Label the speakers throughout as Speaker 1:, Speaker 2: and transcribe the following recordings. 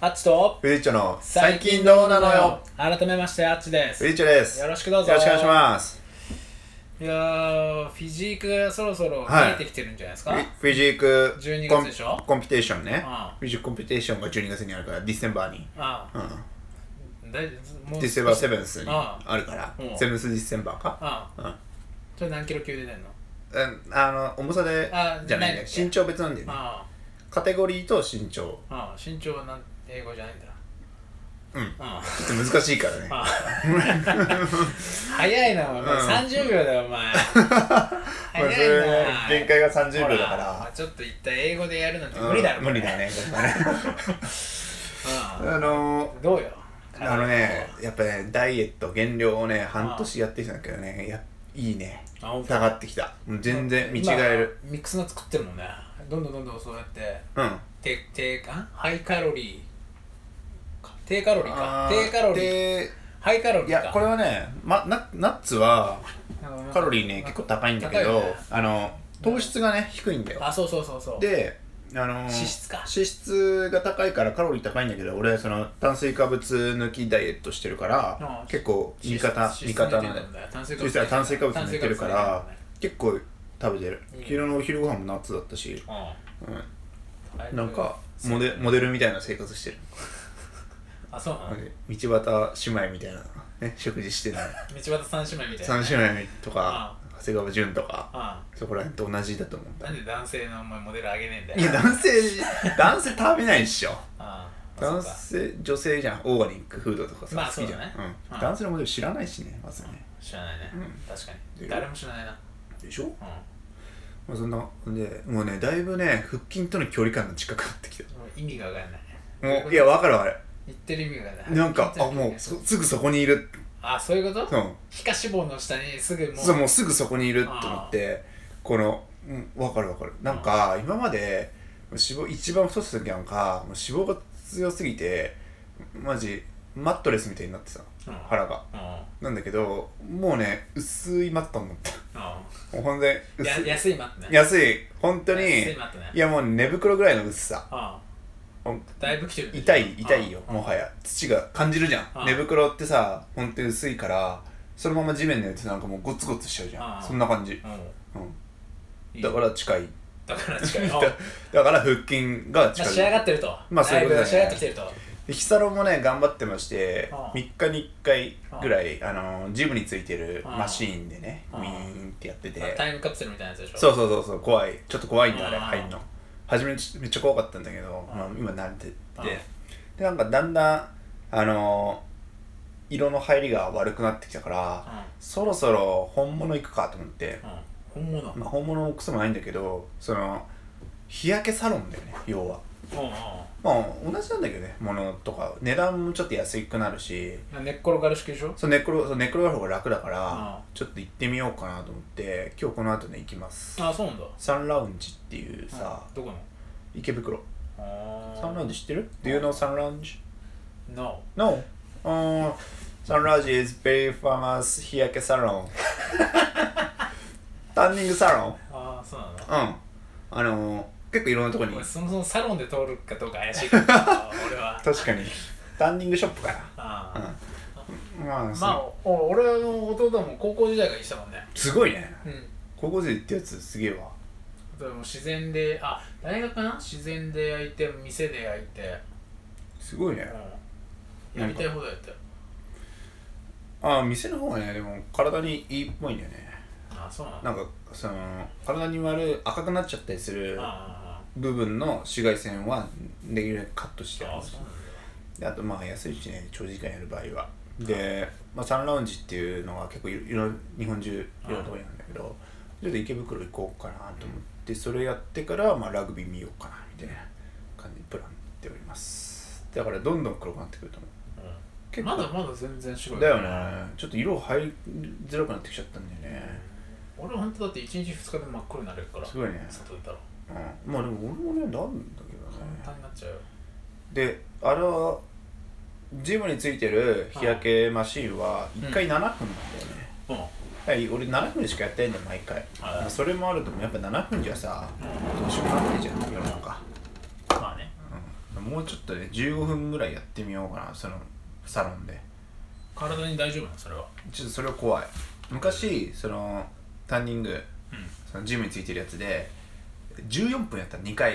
Speaker 1: ハッチと
Speaker 2: フリッチョの最近どうなのよ
Speaker 1: 改めましてハッチで
Speaker 2: フ
Speaker 1: す
Speaker 2: リッチョです
Speaker 1: よろ
Speaker 2: し
Speaker 1: しくどうぞ
Speaker 2: よろしくお願いします
Speaker 1: いやーフィジークがそろそろ見
Speaker 2: はい
Speaker 1: えてきてるんじゃないですか、
Speaker 2: フィフィジーク
Speaker 1: 12
Speaker 2: コン
Speaker 1: 月でしょ
Speaker 2: コンピテーションね
Speaker 1: ああ
Speaker 2: フィジークコンピテーションが12月にあるからディセンバーに
Speaker 1: あ
Speaker 2: う
Speaker 1: あ
Speaker 2: ん
Speaker 1: だいもう
Speaker 2: ディセンバーセブンスに
Speaker 1: ああ
Speaker 2: あるから
Speaker 1: うん
Speaker 2: セブンスディセンバーか
Speaker 1: ああ
Speaker 2: うん
Speaker 1: それ何キロ級で出てんの
Speaker 2: うんあの重さで
Speaker 1: ああ
Speaker 2: じゃない
Speaker 1: ない
Speaker 2: んだ
Speaker 1: ん
Speaker 2: よ
Speaker 1: だっけ
Speaker 2: 身長別なんだよね
Speaker 1: あ
Speaker 2: カテゴリーと身長
Speaker 1: あああ身長はなん英語じゃないんだ
Speaker 2: うん
Speaker 1: ああ
Speaker 2: ちょっと難しいからね
Speaker 1: ああ早いなお前、
Speaker 2: うん
Speaker 1: 30秒だよお前
Speaker 2: まあそ
Speaker 1: 早い
Speaker 2: れ
Speaker 1: な
Speaker 2: 限界が30秒だ
Speaker 1: ほまあ
Speaker 2: か
Speaker 1: ちょっと一体英語でやるなんて
Speaker 2: ら
Speaker 1: 無理だろ、
Speaker 2: うん無理だねやっぱね
Speaker 1: う
Speaker 2: あのー
Speaker 1: んどうよ
Speaker 2: あのね、やっぱね、ダイエット減量をね、半年やってきたんだけどね、やいいね。
Speaker 1: あ本当
Speaker 2: 下がってきた。もう全然見違
Speaker 1: 今
Speaker 2: える。
Speaker 1: ミックスナッツ食ってるもんねどんどんどんどんそうやって
Speaker 2: うん。
Speaker 1: 低低あハイカロリーか低カロリーか低カロリー
Speaker 2: ー。
Speaker 1: ハイカロリー
Speaker 2: い
Speaker 1: か
Speaker 2: や、これはね、ま、ナナッツはカロリーね、結構高いんだ
Speaker 1: 高
Speaker 2: けど、
Speaker 1: いよね
Speaker 2: あの、糖質がね、低いんだよ。
Speaker 1: あそうそうそうそう
Speaker 2: で、あのー
Speaker 1: 脂質か
Speaker 2: 脂質が高いからカロリー高いんだけど俺その炭水化物抜きダイエットしてるから
Speaker 1: あ
Speaker 2: 結構味
Speaker 1: 脂
Speaker 2: 方
Speaker 1: 質
Speaker 2: 味方な
Speaker 1: 脂質抜い
Speaker 2: ん
Speaker 1: てる
Speaker 2: だよ
Speaker 1: もんね炭水化
Speaker 2: そ
Speaker 1: 物
Speaker 2: したら炭水化物抜いてるか
Speaker 1: 炭
Speaker 2: ら結構食べてる、
Speaker 1: うん
Speaker 2: 昨日のお昼ご飯もナッツだったし、
Speaker 1: 水化物抜いてるから
Speaker 2: うん、なんか
Speaker 1: そう
Speaker 2: モデモデルみたいな生活してる、
Speaker 1: あそうなの
Speaker 2: 道端姉妹みたいな、ね、食事してない
Speaker 1: 道端三姉妹みたいな
Speaker 2: 三姉妹とか
Speaker 1: あ
Speaker 2: 長谷川潤とか
Speaker 1: あ
Speaker 2: そこら辺と同じだと思うん
Speaker 1: あな
Speaker 2: だ
Speaker 1: んで男性のお前モデルあげねえんだよ
Speaker 2: いや男性男性食べないでしょ
Speaker 1: ああ
Speaker 2: 男
Speaker 1: そうか
Speaker 2: 性女性じゃんオーガニックフードとかさ、
Speaker 1: まあ
Speaker 2: 好きじゃん
Speaker 1: そうだね
Speaker 2: うん
Speaker 1: うん
Speaker 2: 男性のモデル知らないしねまずね、
Speaker 1: 知らないね、
Speaker 2: う
Speaker 1: 確か
Speaker 2: で
Speaker 1: に誰も知らないな
Speaker 2: でしょ
Speaker 1: うん
Speaker 2: まあそんなでもうねだいぶね腹筋との距離感が近くなってきた
Speaker 1: もう意味が分からない
Speaker 2: もういや分かる分かる
Speaker 1: 言ってる意味がない
Speaker 2: なんか、あ、もうそ
Speaker 1: そ
Speaker 2: すぐそこにいる。
Speaker 1: あそういうこと
Speaker 2: そう。
Speaker 1: 皮下脂肪の下にすぐもう
Speaker 2: そう、もうすぐそこにいると思って、この、うん、わかるわかる。なんか、今まで、脂肪、一番太った時なんか、もう脂肪が強すぎて、マジ、マットレスみたいになってさ、
Speaker 1: うん
Speaker 2: 腹が。
Speaker 1: うん
Speaker 2: なんだけど、もうね、薄いマットになった。 もうほんで、
Speaker 1: うんや
Speaker 2: 薄い。
Speaker 1: 安いマットね
Speaker 2: 安い。本当に、
Speaker 1: 安いマットね
Speaker 2: いやもう寝袋ぐらいの薄さ。
Speaker 1: あ
Speaker 2: ほん
Speaker 1: だいぶきてるね
Speaker 2: 痛い痛いよ
Speaker 1: うん
Speaker 2: もはや土が感じるじゃ
Speaker 1: うん
Speaker 2: ん寝袋ってさほんと薄いからそのまま地面のやつなんかもうゴツゴツしちゃうじゃ
Speaker 1: うん
Speaker 2: んそんな感じ、
Speaker 1: う
Speaker 2: うんん、
Speaker 1: いい
Speaker 2: だから近い
Speaker 1: だから近い
Speaker 2: だ
Speaker 1: お
Speaker 2: だから腹筋が
Speaker 1: まあ
Speaker 2: 近
Speaker 1: 仕上が
Speaker 2: い
Speaker 1: ってると
Speaker 2: まあそういうこと
Speaker 1: だぶ
Speaker 2: だよね
Speaker 1: 仕上がってきてると
Speaker 2: でヒサロもね頑張ってまして
Speaker 1: うん
Speaker 2: 3日に1回ぐらいあのジムについてる
Speaker 1: うん
Speaker 2: マシーンでね
Speaker 1: うん
Speaker 2: ウィーンってやってて
Speaker 1: タイムカプセルみたいなやつでしょ
Speaker 2: そううそうそうそう怖いちょっと怖いんだあれ
Speaker 1: うん
Speaker 2: 入んの初めちょめっちゃ怖かったんだけど、まあ、今慣れてて
Speaker 1: うん
Speaker 2: でなんかだんだんあのー色の入りが悪くなってきたから、そろそろ本物行くかと思っ
Speaker 1: ん、
Speaker 2: て、
Speaker 1: うん、本物、
Speaker 2: まあ、本物もクソもないんだけどその日焼けサロンだよね要は
Speaker 1: うんうん
Speaker 2: まあ同じなんだけどねものとか値段もちょっと安くなるし
Speaker 1: まあ寝っ転がる式でしょ
Speaker 2: そう寝転そう寝転がる方が楽だから、
Speaker 1: うん
Speaker 2: ちょっと行ってみようかなと思って今日この後ね行きます
Speaker 1: あそうなんだ
Speaker 2: サンラウンジっていうさ、
Speaker 1: うんどこの
Speaker 2: 池袋
Speaker 1: あー
Speaker 2: サンラウンジ知ってる ?Do you know サンラウンジ
Speaker 1: No
Speaker 2: ?No! うんサンラウンジ is very famous 日焼けサロ ンタンニングサロン
Speaker 1: ああそうなの
Speaker 2: うんあのー、結構いろんなとこに
Speaker 1: 俺そもそもサロンで通るかどうか怪しいから な俺は
Speaker 2: 確かにタンニングショップかな
Speaker 1: あ
Speaker 2: う
Speaker 1: あ
Speaker 2: んまあ、
Speaker 1: まあ
Speaker 2: そ
Speaker 1: お俺の弟も高校時代が一緒だもんね
Speaker 2: うすごいね
Speaker 1: うん
Speaker 2: 高校生ってやつすげえわ
Speaker 1: でも自然であ大学かな自然で焼いて店で焼いて、
Speaker 2: すごいね
Speaker 1: うん、やりたいほどやったよ
Speaker 2: ああ店の方がねでも体にいいっぽいんだよね
Speaker 1: あそうなの
Speaker 2: なんかその体に悪い赤くなっちゃったりする
Speaker 1: あ
Speaker 2: 部分の紫外線はできるだけカットして
Speaker 1: ーあーあーあ
Speaker 2: あ
Speaker 1: ー
Speaker 2: る
Speaker 1: そうなんだ
Speaker 2: であとまあ安いしね長時間やる場合はで、まあ、サンラウンジっていうのが結構いろいろ日本中いろんなところにあるんだけどちょっと池袋行こうかなと思ってそれやってからまあラグビー見ようかなみたいな感じでプランっておりますだからどんどん黒くなってくると思う
Speaker 1: うん
Speaker 2: 結
Speaker 1: ま
Speaker 2: 構
Speaker 1: だまだ全然白い
Speaker 2: だよねちょっと色入りづらくなってきちゃったんだよね
Speaker 1: 俺本当だって1日2日で真っ黒になれるから
Speaker 2: すごいね、
Speaker 1: 外出たら
Speaker 2: うん、まあでも俺もねなんだけど
Speaker 1: 簡
Speaker 2: ね
Speaker 1: 単になっちゃうよ
Speaker 2: であれはジムについてる日焼けマシーンは1回7分なんだよね、
Speaker 1: うん
Speaker 2: はい、俺7分しかやってないんだよ毎回、
Speaker 1: はい
Speaker 2: まあそれもあると思うやっぱ7分じゃさどうしようもなってじゃん世の中、
Speaker 1: まあね
Speaker 2: うん、もうちょっとね15分ぐらいやってみようかなそのサロンで
Speaker 1: 体に大丈夫なのそれは
Speaker 2: ちょっとそれは怖い昔そのタンニング
Speaker 1: う
Speaker 2: そのジムについてるやつで14分やったら2回
Speaker 1: ん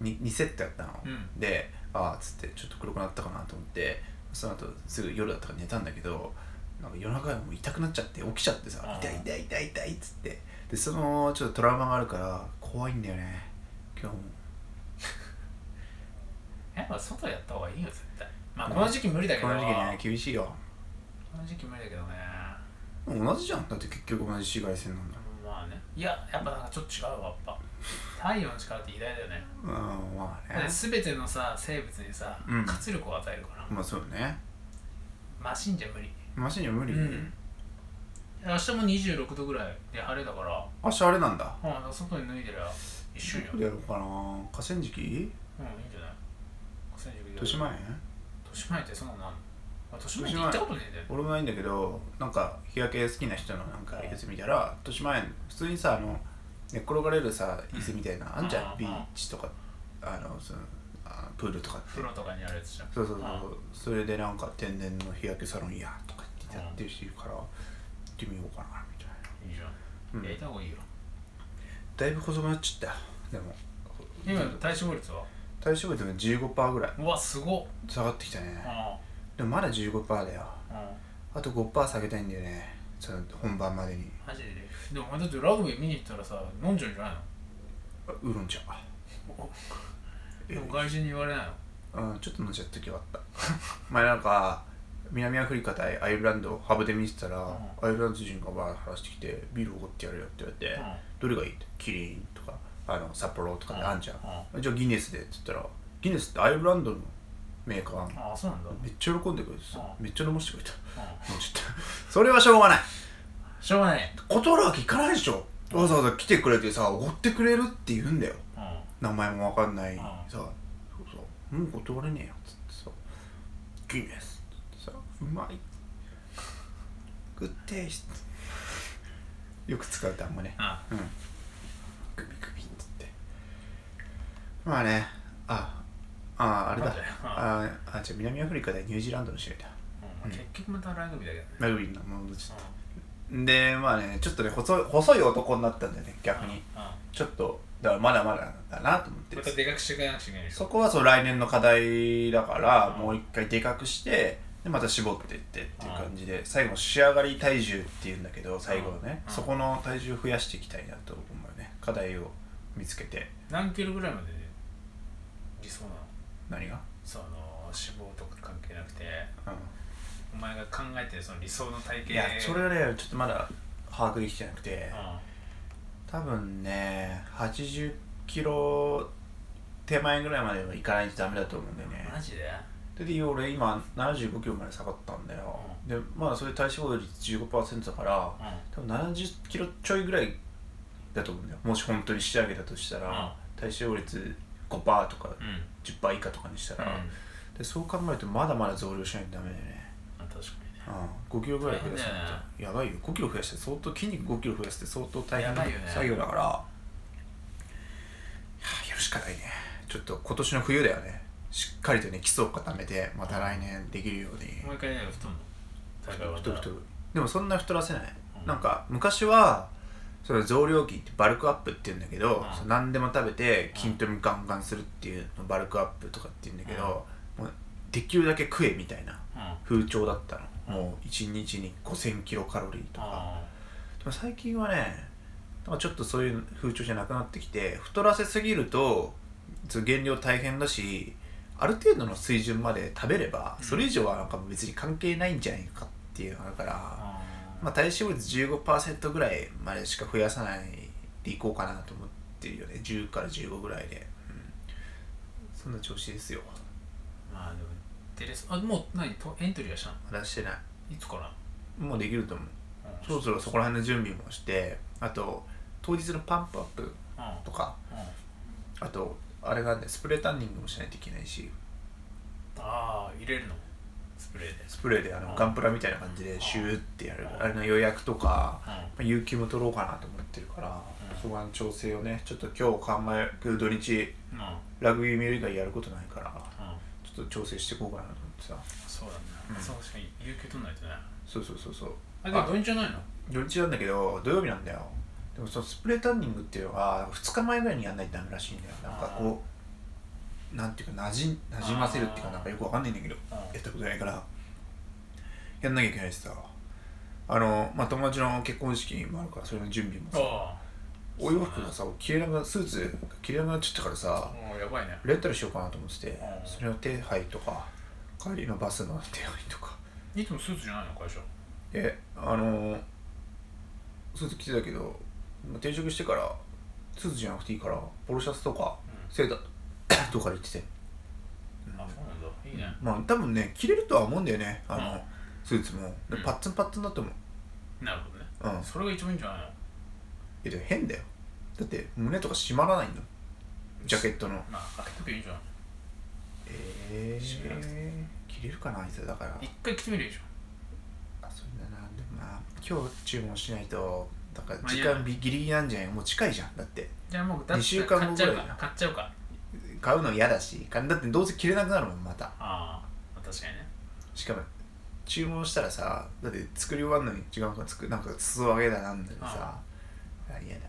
Speaker 1: うん
Speaker 2: 2, 2セットやったの、
Speaker 1: うん
Speaker 2: でああっつってちょっと黒くなったかなと思ってその後すぐ夜だったから寝たんだけどなんか夜中もう痛くなっちゃって起きちゃってさ
Speaker 1: あー
Speaker 2: 痛い痛い痛い痛いっつってでそのちょっとトラウマがあるから怖いんだよね今日も
Speaker 1: やっぱ外やった方がいいよ絶対まあ
Speaker 2: うん
Speaker 1: この時期無理だけど
Speaker 2: この時期ね厳しいよ
Speaker 1: この時期無理だけどね
Speaker 2: でも同じじゃんだって結局同じ紫外線なんだ
Speaker 1: まあねいややっぱなんかちょっと違うわやっぱ太陽の力って偉大だよね
Speaker 2: うんまあ
Speaker 1: だっ
Speaker 2: ね
Speaker 1: て全てのさ生物にさ、
Speaker 2: うん
Speaker 1: 活力を与えるから
Speaker 2: まあそうね
Speaker 1: マシンじゃ無理
Speaker 2: マシには無理、
Speaker 1: うん明日も26度ぐらいで晴れだから、
Speaker 2: 足あれなんだ
Speaker 1: うん、だから外に脱いでりゃ一瞬よ、うん、い
Speaker 2: どこ
Speaker 1: い
Speaker 2: でやろうかな河川敷
Speaker 1: んじゃない
Speaker 2: 豊島園
Speaker 1: 豊島園ってそんなのあんのあ豊島園って行ったことねえんだよ
Speaker 2: 俺もないんだけどなんか日焼け好きな人のなんかやつ見たら豊島園普通にさあの寝っ転がれるさ椅子みたいなあんじ
Speaker 1: う
Speaker 2: ゃ
Speaker 1: んん
Speaker 2: ビーチとかあのそのあプールとかって
Speaker 1: 風呂とかにあるやつじゃん
Speaker 2: そうそうそうそうそれでなんか天然の日焼けサロンやとかってやってる人いるから行ってみようかなみたいない
Speaker 1: いじゃん、
Speaker 2: うん
Speaker 1: やりた方がいいよ
Speaker 2: だいぶ細くなっちゃったよでも
Speaker 1: 今の体脂肪率は
Speaker 2: 体脂肪でも15%ぐらいう
Speaker 1: わすごっ
Speaker 2: 下がってきたね
Speaker 1: あ
Speaker 2: でもまだ15%だよ
Speaker 1: あああ
Speaker 2: あと5%下げたいんだよねその本番までに
Speaker 1: マジででもお前だってラグビー見に行ったらさ飲んじゃうんじゃない
Speaker 2: あウーロン茶
Speaker 1: の
Speaker 2: え
Speaker 1: でも外人に言われないの
Speaker 2: うんちょっと飲んじゃった時はあった 前なんか南アフリカ対アイルランドをハブで見てたら、
Speaker 1: う
Speaker 2: アイルランド人がバーッ話してきてビールおごってやるよって言われて、どれがいいってキリンとかあの札幌とかであんじゃん、じゃあギネスでって言ったらギネスってアイルランドのメーカーなの
Speaker 1: ああそうなんだ、
Speaker 2: めっちゃ喜んでくれてさ、
Speaker 1: う
Speaker 2: めっちゃ飲ましてくれた
Speaker 1: う
Speaker 2: もうちょっとそれはしょうがない
Speaker 1: ん、しょうがない、
Speaker 2: 断るわけいかないでしょわざわざ来てくれてさおごってくれるって言うんだよ
Speaker 1: うん
Speaker 2: 名前もわかんない
Speaker 1: うん
Speaker 2: さそうそうもう断れねえよっつってさ「ギネス」っつってさ「うまい」「グッテイスト」よく使う単語ね
Speaker 1: あ
Speaker 2: うん「グビグビ」っつってまあねあああれだ
Speaker 1: なんだようん
Speaker 2: ああじゃあ南アフリカでニュージーランドの試合だ
Speaker 1: うん結局またラグビーだけどね、
Speaker 2: ラグビーのものちょ
Speaker 1: う
Speaker 2: っとでまあねちょっとね細い細い男になったんだよね逆
Speaker 1: ん
Speaker 2: に
Speaker 1: う
Speaker 2: ちょっとだからまだまだだなと思っ
Speaker 1: ん
Speaker 2: て
Speaker 1: またでかくしていかなくちゃいけないでしょ
Speaker 2: そこはそう来年の課題だから、
Speaker 1: うん
Speaker 2: もう一回でかくしてでまた絞ってってっていう感じで、最後仕上がり体重っていうんだけど最後はね、
Speaker 1: うん
Speaker 2: そこの体重増やしていきたいなと思うね課題を見つけて
Speaker 1: 何キロぐらいまで理想なの
Speaker 2: 何が、
Speaker 1: その脂肪とか関係なくて
Speaker 2: う
Speaker 1: お前が考えてるその理想の体型
Speaker 2: ん、いやそれはねちょっとまだ把握できてなくて
Speaker 1: うん、
Speaker 2: 多分ね80キロ手前ぐらいまではいかないとダメだと思うんだよね
Speaker 1: マジで
Speaker 2: で俺今75キロまで下がったんだよ、でまあそれ体脂肪率15%だから、
Speaker 1: うん
Speaker 2: 多分70キロちょいぐらいだと思うんだよもし本当に仕上げたとしたら、
Speaker 1: うん
Speaker 2: 体脂肪率5%とか
Speaker 1: うん、
Speaker 2: 10%以下とかにした
Speaker 1: うん
Speaker 2: ら、でそう考えるとまだまだ増量しないとダメだよね、
Speaker 1: あ確かにね
Speaker 2: うん、5キロぐらい増やす
Speaker 1: 大変だよ
Speaker 2: のってやばいよ5キロ増やして相当筋肉5キロ増やすって相当大変
Speaker 1: や
Speaker 2: な
Speaker 1: ばいよね
Speaker 2: 作業だからいややるしかないねちょっと今年の冬だよねしっかりとね基礎を固めてまた来年できるように、
Speaker 1: もう一回ね太るの大会終わった
Speaker 2: 太
Speaker 1: ら
Speaker 2: る太るでもそんな太らせない、
Speaker 1: うん
Speaker 2: なんか昔はその増量期ってバルクアップって言うんだけど、
Speaker 1: うん
Speaker 2: その何でも食べて筋トレガンガンするっていうのをバルクアップとかって言うんだけど、もうできるだけ食えみたいな
Speaker 1: うん
Speaker 2: 風潮だったの、
Speaker 1: うん
Speaker 2: もう1日に5000キロカロリーとか、
Speaker 1: あ
Speaker 2: でも最近はねなんかちょっとそういう風潮じゃなくなってきて太らせすぎるとちょっと減量大変だしある程度の水準まで食べれば
Speaker 1: うん
Speaker 2: それ以上はなんか別に関係ないんじゃないかっていうのがあるから、
Speaker 1: あ
Speaker 2: まあ、体脂肪率15%ぐらいまでしか増やさないでいこうかなと思ってるよね10から15ぐらいで、うん、そんな調子ですよ
Speaker 1: まあでもデレスあもう何とエントリーはしたの
Speaker 2: まだしてない
Speaker 1: いつから
Speaker 2: もうできると思う
Speaker 1: うん
Speaker 2: そろそろそこら辺の準備もしてあと当日のパンプアップ
Speaker 1: うん
Speaker 2: とか
Speaker 1: うんあ
Speaker 2: あとあれがねスプレータンニングもしないといけないし
Speaker 1: あ入れるのスプレーで
Speaker 2: スプレーであ
Speaker 1: う
Speaker 2: の
Speaker 1: ん
Speaker 2: ガンプラみたいな感じでシューってやる
Speaker 1: うん
Speaker 2: あれの予約とか、
Speaker 1: うん
Speaker 2: まあ、有給も取ろうかなと思ってるから、
Speaker 1: うん
Speaker 2: そこの調整をねちょっと今日考える土日
Speaker 1: うんうん
Speaker 2: ラグビー見る以外やることないからちょっと調整していこうかなと思ってさ
Speaker 1: そうだね、
Speaker 2: うん
Speaker 1: そう確かに有給取んないとね
Speaker 2: そうそうそうそう
Speaker 1: あでも土日じゃないの
Speaker 2: 土日なんだけど土曜日なんだよでもそのスプレータンニングっていうのが2日前ぐらいにやんないとダメらしいんだよなんかこうなんていうかなじなじませるっていうか
Speaker 1: あー
Speaker 2: なんかよくわかんないんだけど
Speaker 1: うん
Speaker 2: やったことないからやんなきゃいけないしさあのまあ友達の結婚式もあるからそれの準備もさ
Speaker 1: あ
Speaker 2: お洋服がさ着れなくなスーツが着れなくなっちゃったから
Speaker 1: あ
Speaker 2: さ
Speaker 1: もうやばいね
Speaker 2: レンタルしようかなと思ってて
Speaker 1: うん
Speaker 2: それの手配とか帰りのバスの手配とか
Speaker 1: いつもスーツじゃないの会社
Speaker 2: えあのー、スーツ着てたけどまあ転職してからスーツじゃなくていいからポロシャツとか
Speaker 1: うん
Speaker 2: セーター とかで行ってて
Speaker 1: あそうなんだいいね
Speaker 2: まあ多分ね着れるとは思うんだよねあの、
Speaker 1: うん
Speaker 2: スーツもで
Speaker 1: うん
Speaker 2: パッツンパッツンだと思う
Speaker 1: なるほどね
Speaker 2: うん、い
Speaker 1: それが一番いいんじゃないの
Speaker 2: やでも変だよだって胸とか締まらないんだもんジャケットの
Speaker 1: まあ開けとけばいいじゃん
Speaker 2: え
Speaker 1: 締めなく
Speaker 2: ー、着れるかなあいつだから
Speaker 1: 一回着てみるでしょ
Speaker 2: あそうだなでもまあ今日注文しないとだから
Speaker 1: まあい
Speaker 2: 時
Speaker 1: いや
Speaker 2: 間ギリギリなんじゃないもう近いじゃんだって
Speaker 1: じゃあもうだっ
Speaker 2: 二
Speaker 1: て
Speaker 2: 週間
Speaker 1: 買
Speaker 2: 後
Speaker 1: っちゃう
Speaker 2: ぐらいだ
Speaker 1: か買っちゃうか
Speaker 2: 買うの嫌だしかだってどうせ着れなくなるもんまた
Speaker 1: ああ確かにね
Speaker 2: しかも注文したらさだって作り終わるのに時間がつくなんか裾上げだなんだでさあ嫌だ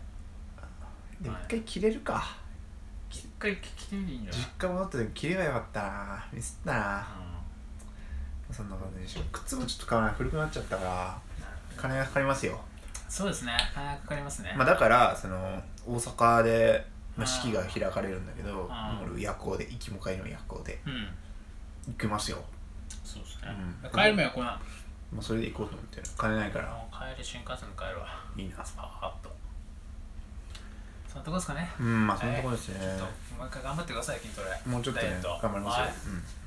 Speaker 2: でも
Speaker 1: はい
Speaker 2: 一回着れるか
Speaker 1: 一回着てみていいんじゃない
Speaker 2: 実家戻った時着ればよかったなミスったなそんなことでしょ靴もちょっと買わない古くなっちゃったか
Speaker 1: う
Speaker 2: ら
Speaker 1: んなるほど
Speaker 2: 金がかかりますよ、
Speaker 1: そうですね金かかりますね
Speaker 2: まあ、だからその大阪で、まあ、
Speaker 1: あー
Speaker 2: 式が開かれるんだけども
Speaker 1: あー
Speaker 2: う俺夜行で行きも帰りも夜行で
Speaker 1: うん
Speaker 2: 行きますよ、
Speaker 1: そうですね
Speaker 2: うん
Speaker 1: 帰る目は来ない
Speaker 2: まあ、それで行こうと思ってる金ないから
Speaker 1: もう帰り新幹線で帰るわ
Speaker 2: いいな
Speaker 1: パーッとそんなとこですかね
Speaker 2: うんまあそんなところですね、
Speaker 1: ちょっともう一回頑張ってください筋トレ
Speaker 2: もうちょっと
Speaker 1: ダイエ
Speaker 2: ね
Speaker 1: ット
Speaker 2: 頑張りますよ、
Speaker 1: はい
Speaker 2: うん